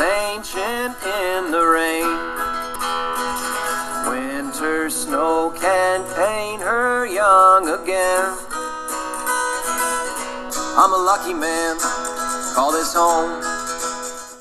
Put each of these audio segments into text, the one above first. ancient in the rain. Winter snow can paint her young again. I'm a lucky man, call this home.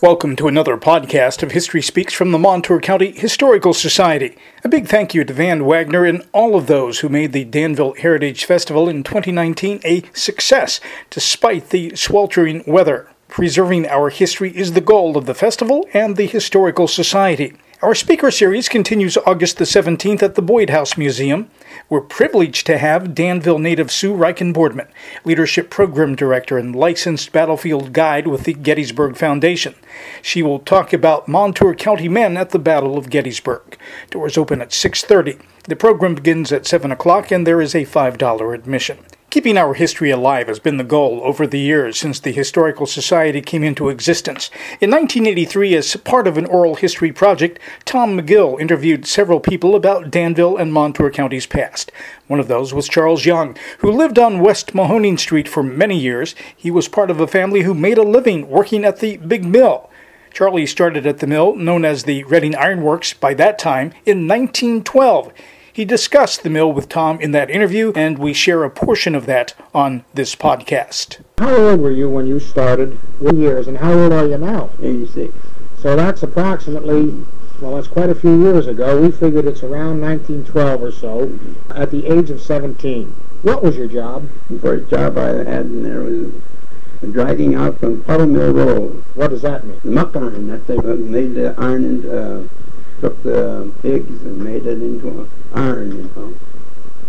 Welcome to another podcast of History Speaks from the Montour County Historical Society. A big thank you to Van Wagner and all of those who made the Danville Heritage Festival in 2019 a success, despite the sweltering weather. Preserving our history is the goal of the festival and the Historical Society. Our speaker series continues August the 17th at the Boyd House Museum. We're privileged to have Danville native Sue Riken Boardman, Leadership Program Director and licensed battlefield guide with the Gettysburg Foundation. She will talk about Montour County men at the Battle of Gettysburg. Doors open at 6:30. The program begins at 7 o'clock, and there is a $5 admission. Keeping our history alive has been the goal over the years since the Historical Society came into existence. In 1983, as part of an oral history project, Tom McGill interviewed several people about Danville and Montour counties past. One of those was Charles Young, who lived on West Mahoning Street for many years. He was part of a family who made a living working at the big mill. Charlie started at the mill, known as the Reading Iron Works by that time, in 1912. He discussed the mill with Tom in that interview, and we share a portion of that on this podcast. How old were you when you started? What years, and how old are you now? 86. So that's approximately, well, that's quite a few years ago. We figured it's around 1912 or so, at the age of 17. What was your job? The first job I had in there was dragging out from Puddle Mill Road. What does that mean? The muck iron that they made the iron and uh, took the pigs and made it into a iron, you know.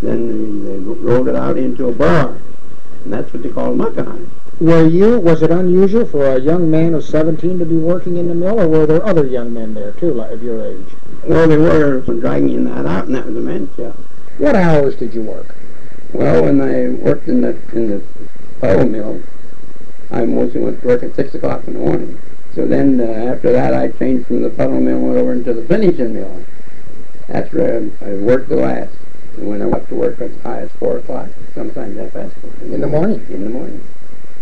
Then they, they rolled it out into a bar, and that's what they call muck iron. Were you, was it unusual for a young man of 17 to be working in the mill, or were there other young men there too, like of your age? Well, they were dragging that out, and that was a man's job. What hours did you work? Well, when I worked in the in the puddle mill, I mostly went to work at six o'clock in the morning. So then uh, after that, I changed from the puddle mill went over into the finishing mill. That's where I I worked the last. And when I went to work as high as four o'clock, sometimes that fast. In the morning? In the morning.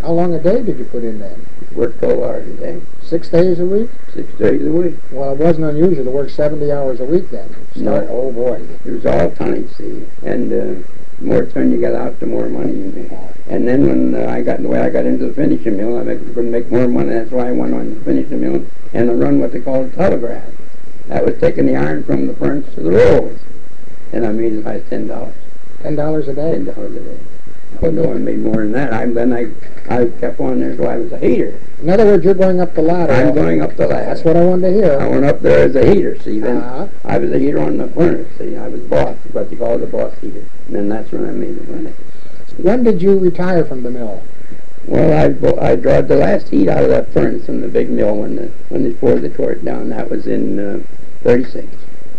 How long a day did you put in then? Worked twelve hours a day, Six days a week? six days a week. Well, it wasn't unusual to work 70 hours a week then. No. Oh boy. It was all tonnage, see. And uh, the more turn you got out, the more money you made. And then when uh, I got the way I got into the finishing mill, I make, could make more money. That's why I went on the finishing mill and I run what they call a telegraph. That was taking the iron from the furnace to the rolls. And I made about ten dollars, $10 a day? ten dollars a day. Oh no, I made more than that. I then I I kept on there, so I was a heater. In other words, you're going up the ladder. I'm going up the That's ladder. what I wanted to I hear. went up there as a heater. See, then Uh-huh. I was a heater on the furnace. See, I was boss, but they call it the boss heater. And then that's when I made the money. When did you retire from the mill? Well, I bo- I drawed the last heat out of that furnace in the big mill when the when they poured the torch down. That was in uh, '36.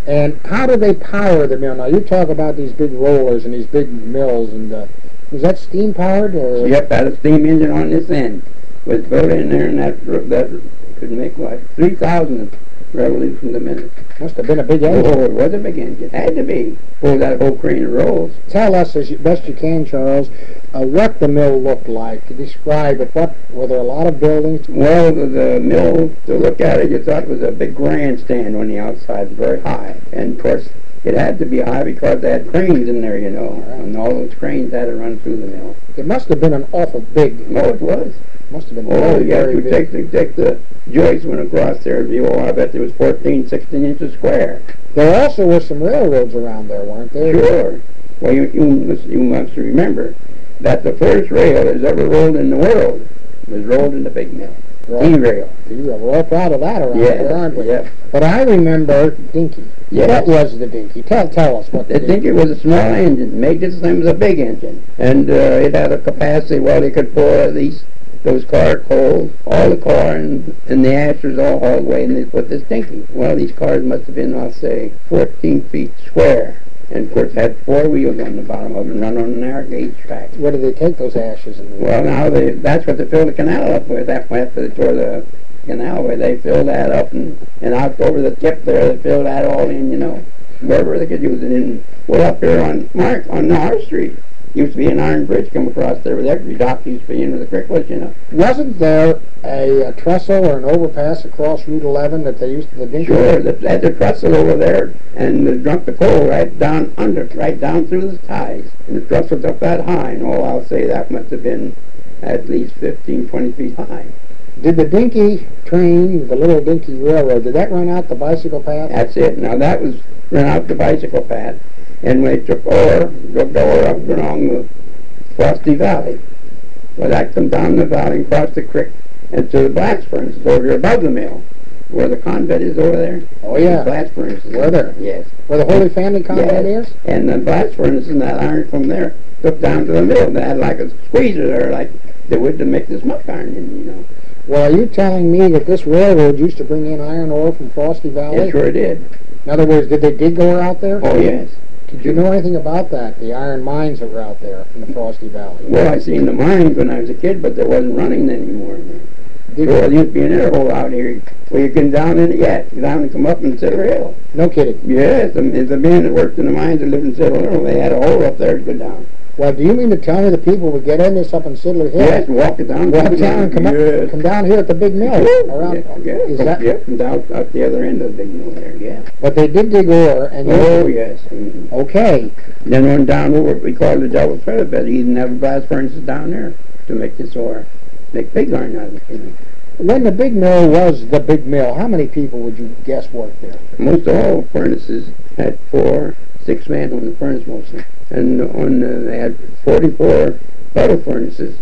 And how do they power the mill? Now, you talk about these big rollers and these big mills, and uh, was that steam powered or? Yep, had a steam engine on this end was built in there, and that r- that could make what 3,000 revolutions a minute. Must have been a big engine. Oh, it was a big engine. Had to be. Pulled that whole crane of rolls. Tell us as you, best you can, Charles, uh, what the mill looked like. Describe it. What were there a lot of buildings? Well, the, the mill, to look at it, you thought it was a big grandstand on the outside, very high. And of course, it had to be high because they had cranes in there, you know. And all those cranes had to run through the mill. It must have been an awful big. No, it was. Must have been Oh, very, yeah, very you big. take, you take the joists went across there, you oh, I bet it was 14, 16 inches square. There also were some railroads around there, weren't there? Sure. Well, you, you, must, you must remember that the first rail that's ever rolled in the world was rolled in the big mill. Right. The rail. You were all proud of that around there, Yeah, aren't we? yeah. But I remember Dinky. Yes. What was the Dinky? Tell tell us what the They think Dinky. it was a small engine. Made this thing was a big engine, and uh, it had a capacity well they could pour these those car coals, all the car and, and the ashes all all the way, and they put this thinking. Well, these cars must have been, I'll say, 14 feet square, and of course had four wheels on the bottom of them, none on an air gauge track. Where did they take those ashes? And Well, now they, that's what they filled the canal up with. That went for the tore the canal where they filled that up and, and out over the tip there, they filled that all in, you know, wherever they could use it in. Well, up here on Mark on our street, Used to be an iron bridge come across there with every dock used to be into the creek, was you know. Wasn't there a, a trestle or an overpass across Route 11 that they used to the dink? Sure, the, they had the trestle over there and they drunk the coal right down under, right down through the ties. And the trestle's up that high, and oh, I'll say that must have been at least 15, 20 feet high. Did the dinky train, the little dinky railroad, did that run out the bicycle path? That's it. Now that was run out the bicycle path, and we took over the door up along the Frosty Valley. Well, that come down the valley, and across the creek, and to the blast furnaces over here above the mill, where the convent is over there. Oh, yeah. The blast furnaces. Were there? Yes. Where the Holy Family Convent Yes. is? And the blast furnace and that iron from there took down to the mill. They had like a squeezer there, like they would to make this muck iron in, you know. Well, are you telling me that this railroad used to bring in iron ore from Frosty Valley? It sure did. In other words, did they dig ore out there? Oh, yes. Did you know anything about that, the iron mines that were out there in the Frosty Valley? Well, I seen the mines when I was a kid, but they wasn't running anymore. Did- Well, there used to be an air hole out here where you can down in it, yeah, down and come up in Silver Hill. No kidding. Yes, the, the men that worked in the mines that lived in Silver Hill, they had a hole up there to go down. Well, do you mean to tell me the people would get in this up in Sidler Hill? Yes, walk it down. Walk down and come up, yes. come down here at the big mill around. yeah, yeah, is from- that? yeah, from down out the other end of the big mill there, yeah. But they did dig ore, and you Oh, yes. mhm. okay. Then went down over, we called the double thread bed. He didn't have a blast furnaces down there to make this ore, make pig iron out of it. you know. When the big mill was the big mill, how many people would you guess worked there? Most all furnaces had four, six man on the furnace mostly, and on uh, they had 44 metal furnaces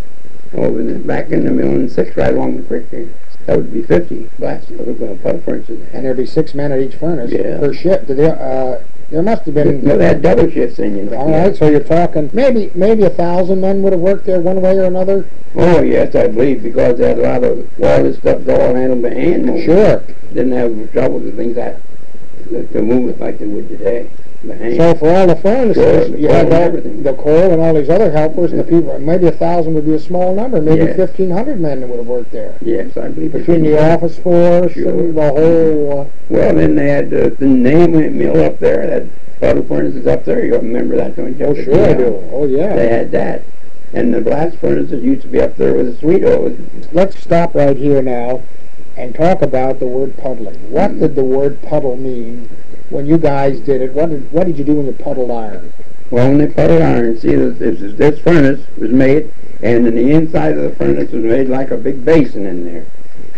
over the back in the mill and six right along the creek. there. That would be 50 blast uh, metal furnaces. And there'd be six men at each furnace Yeah. per shift. Did they, uh, there must have been. No, they had double shifts in, you know. All right, so you're talking maybe maybe a thousand men would have worked there one way or another. Oh yes, I believe because they had a lot of all this stuff's all handled by hand. mowers. Sure. Didn't have troubles and things that that to move it like they would today. By hand. So for all the furnaces, Sure, you had coal and all everything. the coal and all these other helpers and the people. Maybe a thousand would be a small number. Maybe Yeah. fifteen hundred men that would have worked there yes, I believe. it. between the office force Sure. and the whole. Uh, Well, then they had uh, the name mill up there, that powder furnaces up there. You remember that, don't you? oh sure, I do. Oh yeah. They had that. And the blast furnaces used to be up there with the sweet oil. Let's stop right here now and talk about the word puddling. What did the word puddle mean when you guys did it? What did what did you do when you puddled iron? Well, when they put it on, see, this, this, this furnace was made, and then the inside of the furnace was made like a big basin in there.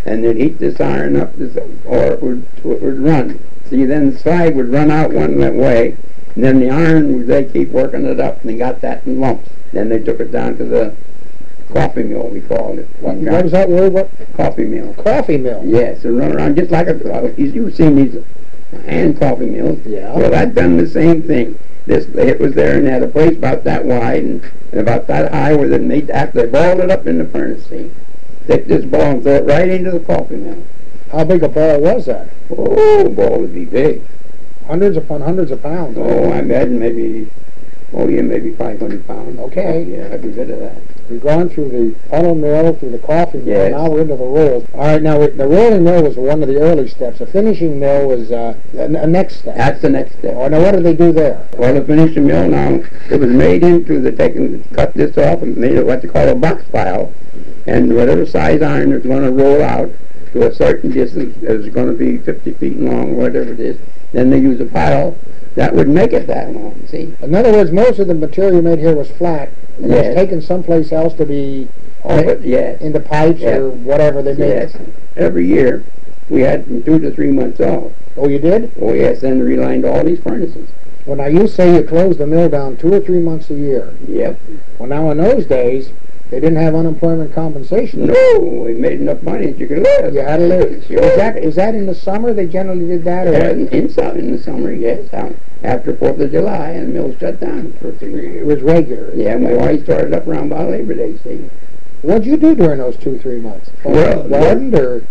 And they'd heat this iron up, this, or it would, it would run. See, then the slag would run out one that way, and then the iron, they keep working it up, and they got that in lumps. Then they took it down to the coffee mill, we called it. What, what was that word? What Coffee mill. coffee mill? Yes, and run around just like a, you've seen these hand coffee mills. Yeah. Well, I'd done the same thing. This it was there and had a place about that wide and, and about that high where they made after they boiled it up in the furnace. See, take this ball and throw it right into the coffee mill. How big a ball was that? Oh, ball would be big. Hundreds upon hundreds of pounds. Oh, I imagine maybe, oh yeah, maybe 500 pounds. Okay. Yeah, I'd be good at that. We've gone through the funnel mill, through the coffee mill, Yes. now we're into the rolls. All right, now the rolling mill was one of the early steps. The finishing mill was uh, a, a next step. That's the next step. Oh, now what did they do there? Well, the finishing mill now, it was made into the taking, cut this off and made it what they call a box pile. And whatever size iron is going to roll out to a certain distance, it's going to be 50 feet long, whatever it is, then they use a pile that would make it that long, see? In other words, most of the material made here was flat. And It was Yes. taken someplace else to be Oh, but yes, into pipes or whatever they made. yes. Every year, we had from two to three months off. Oh, you did? Oh, yes, then relined all these furnaces. Well, now you say you closed the mill down two or three months a year. Yep. Well, now in those days, they didn't have unemployment compensation. No, we made enough money that you could live. You had to live. Sure. Is that is that in the summer? They generally did that, or Yeah, in, in, sum- in the summer, yes. out After Fourth of July, and the mill shut down for three it years. was regular. Yeah, my wife started up around about Labor Day, see. What'd you do during those two three months? Well, gardened or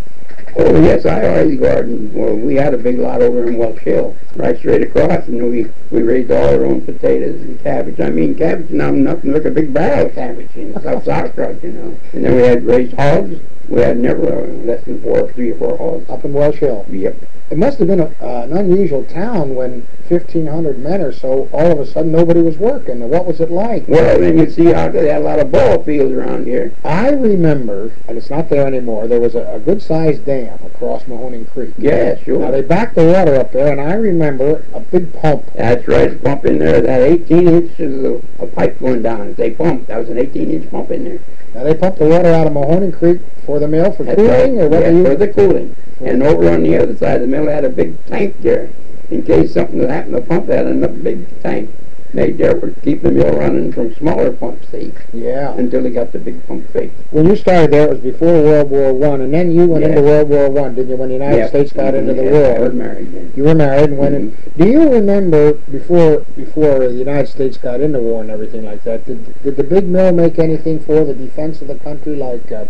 Oh, yes, I always gardened. Well, we had a big lot over in Welch Hill, right straight across, and we, we raised all our own potatoes and cabbage. I mean, cabbage now nothing like a big barrel of cabbage, you know, South sauerkraut, you know. And then we had raised hogs, We had never uh, less than four, three or four hogs. up in Welsh Hill. Yep. It must have been a, uh, an unusual town when 1,500 men or so, all of a sudden, nobody was working. What was it like? Well, then you see how they had a lot of ball fields around here. I remember, and it's not there anymore, there was a, a good-sized dam across Mahoning Creek. Yeah, Now, sure. they backed the water up there, and I remember a big pump. That's right, pump in there. That 18 inches of, of pipe going down. They pumped. That was an 18 inch pump in there. Now, they pumped the water out of Mahoning Creek for the mill for That's cooling, right. or what yeah, do you... for the cooling. And over on the other side of the mill had a big tank there. In case something happened to pump, they had another big tank made there to keep the mill running from smaller pumps see, Yeah. until they got the big pump fixed. When you started there, it was before World War One, and then you went Yeah. into World War One, didn't you, when the United Yeah. States got into the Yeah, Mm-hmm. I war? was married then. You were married and went in. Do you remember before before the United States got into war and everything like that? Did did the big mill make anything for the defense of the country? Like uh,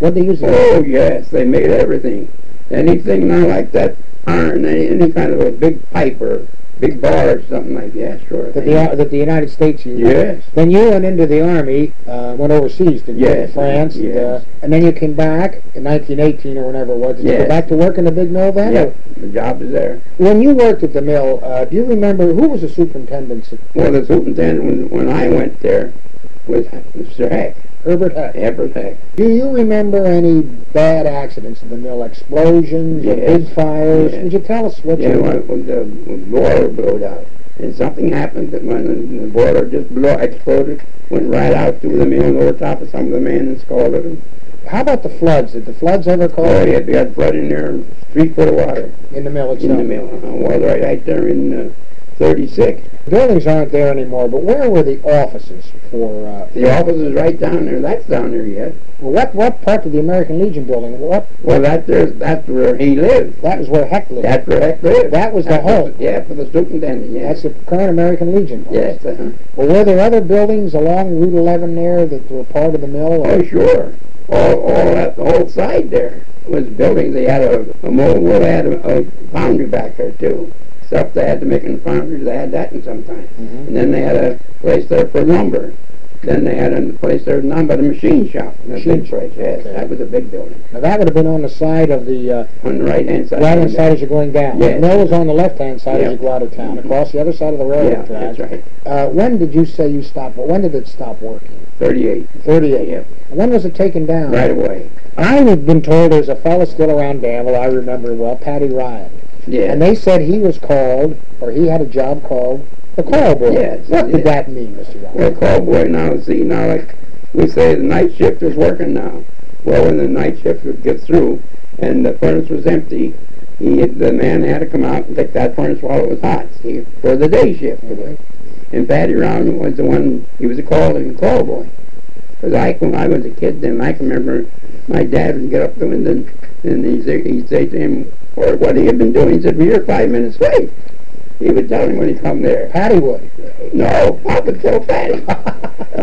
what they use? it- Oh yes, they made everything. Anything now like that iron, any, any kind of a big pipe or big bar or something like that, sure. That thing. the that the United States used. Yes. Then you went into the army, uh, went overseas to Yes, France, and, uh, yes. and then you came back in 1918 or whenever it was. Did you go Yes. back to work in the big mill then? Yep, the job is there. When you worked at the mill, uh, do you remember who was the superintendent? Well, the superintendent when, when I went there was Mr. Heck, Herbert Heck. Everett Heck. Do you remember any bad accidents in the mill? Explosions, or Yes. big fires? Yes. Would you tell us what Yeah, you... when, when the boiler blew out, and something happened that when the boiler just blew, exploded, went right out through the mill over top of some of the men and scalded them. How about the floods? Did the floods ever cause Oh, yeah, they had flood in there, three foot of water in the mill in itself? the mill. Uh, well, right, right there in uh, 36. Buildings aren't there anymore, but where were the offices for... Uh, The office is right down there. That's down there yet. well, what, what part of the American Legion building? What Well, that there's that's where he lived. That was where Heck lived. That's where Heck lived. That was the That home. Yeah, for the superintendent. Yeah. That's the current American Legion. yes. Uh-huh. Well, were there other buildings along Route 11 there that were part of the mill? Oh, sure. All, all that, the whole side there was buildings. They had a, a mold, well, they had a, a foundry back there, too. Stuff they had to make in the foundry, they had that in sometimes. Mm-hmm. And then they had a place there for lumber. Then they had a place there, none but a machine shop. A Machine big place, yes. okay. That was a big building. Now, that would have been on the side of the... Uh, On the right-hand side. right-hand side as you're going down. Yes. The mill was on the left-hand side as Yeah. you go out of town, across the other side of the railroad Yeah, track. that's right. Uh, when did you say you stopped? Well, when did it stop working? 38. 38. Yep. When was it taken down? Right away. I have been told there's a fella still around Danville, I remember well, Patty Ryan. Yeah. And they said he was called, or he had a job called the call boy. Yes, What yes. did that mean, Mr. Ryan? Well, call boy now, see, now, like we say, the night shift is working now. Well, when the night shift would get through and the furnace was empty, he, the man had to come out and take that furnace while it was hot, see, for the day shift. And Patty Round was the one, he was a call, a call boy. Because I, when I was a kid then, I can remember my dad would get up to him and, and he'd, say, he'd say to him, well, what have you been doing? He said, well, you're five minutes late. He would tell him when he come there. Patty would. No, Papa killed Fatty. and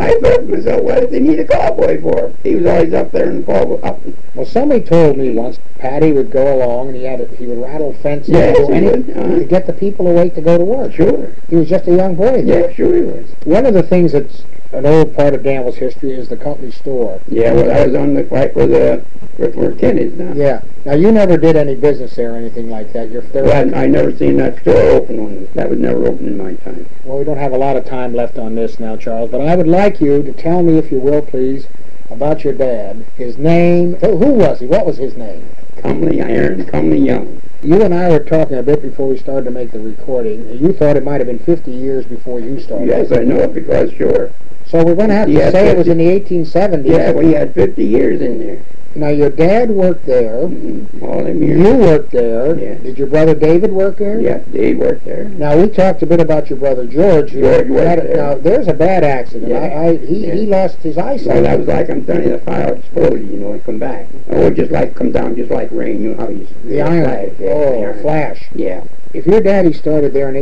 I thought to myself, what did they need a cowboy for? He was always up there in the cowboy. Up, Well, somebody told me once Patty would go along and he had a, he would rattle fences Yes, or he anything would, uh-huh. to get the people awake to go to work. sure. He was just a young boy. then. Yeah, sure he was. One of the things that's an old part of Danville's history is the company store. Yeah, well, I was on the fight with uh, with McKinney's now. Yeah. Now you never did any business there or anything like that. You're there. Well, I, I never seen that store open one. That was never open in my time. Well, we don't have a lot of time left on this now, Charles. But I would like you to tell me, if you will, please, about your dad. His name. Who who was he? What was his name? Comely Iron, Comely Young. You and I were talking a bit before we started to make the recording. and You thought it might have been 50 years before you started. Yes, I know it because, sure. So we're going to have to Yeah, say it was 50. in the 1870s. Yeah, we had 50 years in there. Now your dad worked there. Mm, All them You years. worked there. Yes. Did your brother David work there? Yeah, they worked there. Now we talked a bit about your brother George. who George was had, there. Now there's a bad accident. Yeah. I, I he, he lost his Well, eyesight. that was like I'm telling you, the fire exploded, you know, and come back. Or just like come down, just like rain, you know how you the iron. Yeah, oh, the iron. flash. Yeah, If your daddy started there in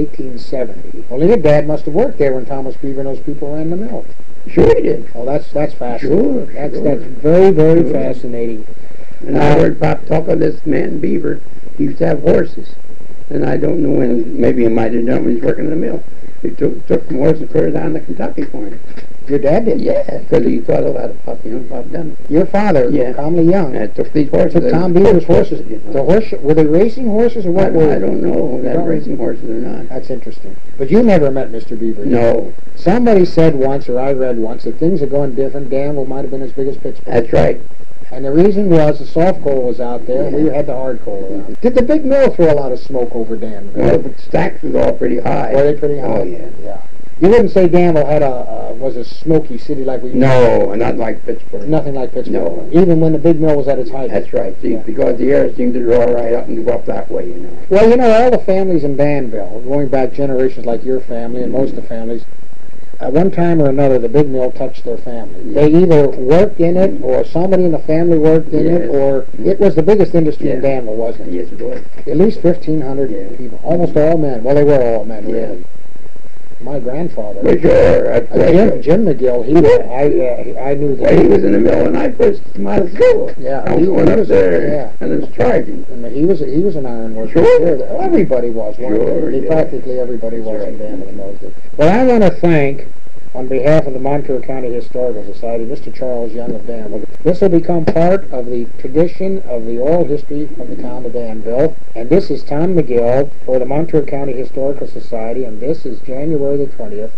1870, well, your dad must have worked there when Thomas Beaver and those people ran the mill. sure he did. Oh, that's that's Sure, fascinating. that's sure. that's very very Sure. fascinating. And Uh, I heard Pop talk of this man Beaver. He used to have horses, and I don't know when. Maybe he might have done when he was working in the mill. He took took some horses and put her down to Kentucky for him. Your dad did. Yeah, because he taught a lot of Pop, you know, Pop Dunn. Your father, Yeah. Comley Young, I took these horses. took Tom Beaver's horses. you know. The horse were they racing horses or I, what? were I don't know if that Well- racing horses or not. That's interesting. But you never met Mr. Beaver. No, Somebody said once, or I read once, that things are going different. Danville might have been as big as Pittsburgh. that's right. And the reason was the soft coal was out there, and we had the hard coal around. Did the big mill throw a lot of smoke over Danville? Well, the stacks was all pretty high. Were they pretty high? Oh yeah. You wouldn't say Danville had a uh, was a smoky city like we No, not like Pittsburgh. nothing like Pittsburgh. No. Even when the big mill was at its height. That's right. See, Yeah. because the air seemed to draw right up and go up that way, you know. Well, you know, all the families in Danville, going back generations like your family and most of the families, at one time or another, the big mill touched their family. They either worked in it, or somebody in the family worked in it, Yes. or it was the biggest industry in Yeah. Danville, wasn't it? Yes, it was. At least 1,500 Yeah. people, almost all men. Well, they were all men, Yeah. really. My grandfather, For sure. That's uh, right. Jim, Jim McGill, he was, I, uh, I knew Well, he that. was in the mill when I first came out of school. Yeah, I he- was going he up was- there yeah. and it was charging. I mean, he was he was an iron worker. Sure. Well, Everybody was. Weren't Sure, they? yeah. Practically everybody was in Danville in those days. Well, I want to thank, on behalf of the Montour County Historical Society, Mr. Charles Young of Danville. This will become part of the tradition of the oral history of the town of Danville. And this is Tom McGill for the Montour County Historical Society, and this is January the 20th,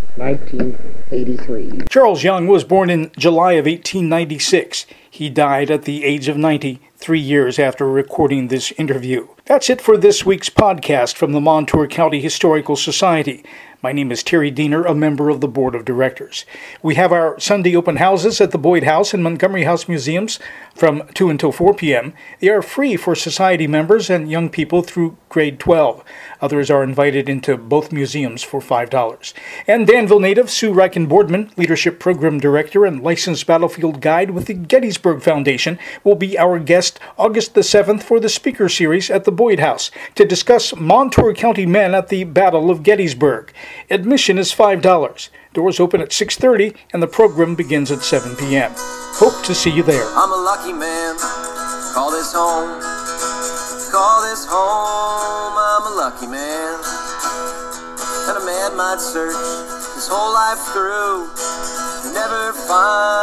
1983. Charles Young was born in July of 1896. He died at the age of 90, three years after recording this interview. That's it for this week's podcast from the Montour County Historical Society. My name is Terry Diener, a member of the Board of Directors. We have our Sunday open houses at the Boyd House and Montgomery House Museums from 2 until 4 p.m. They are free for society members and young people through grade 12. Others are invited into both museums for $5. And Danville native Sue Reichen Boardman, Leadership Program Director and Licensed Battlefield Guide with the Gettysburg Foundation, will be our guest August the 7th for the Speaker Series at the Boyd House to discuss Montour County men at the Battle of Gettysburg. Admission is $5. Doors open at 6:30 and the program begins at 7 p.m. Hope to see you there. I'm a lucky man. Call this home. Call this home. I'm a lucky man. And a man might search his whole life through to never find.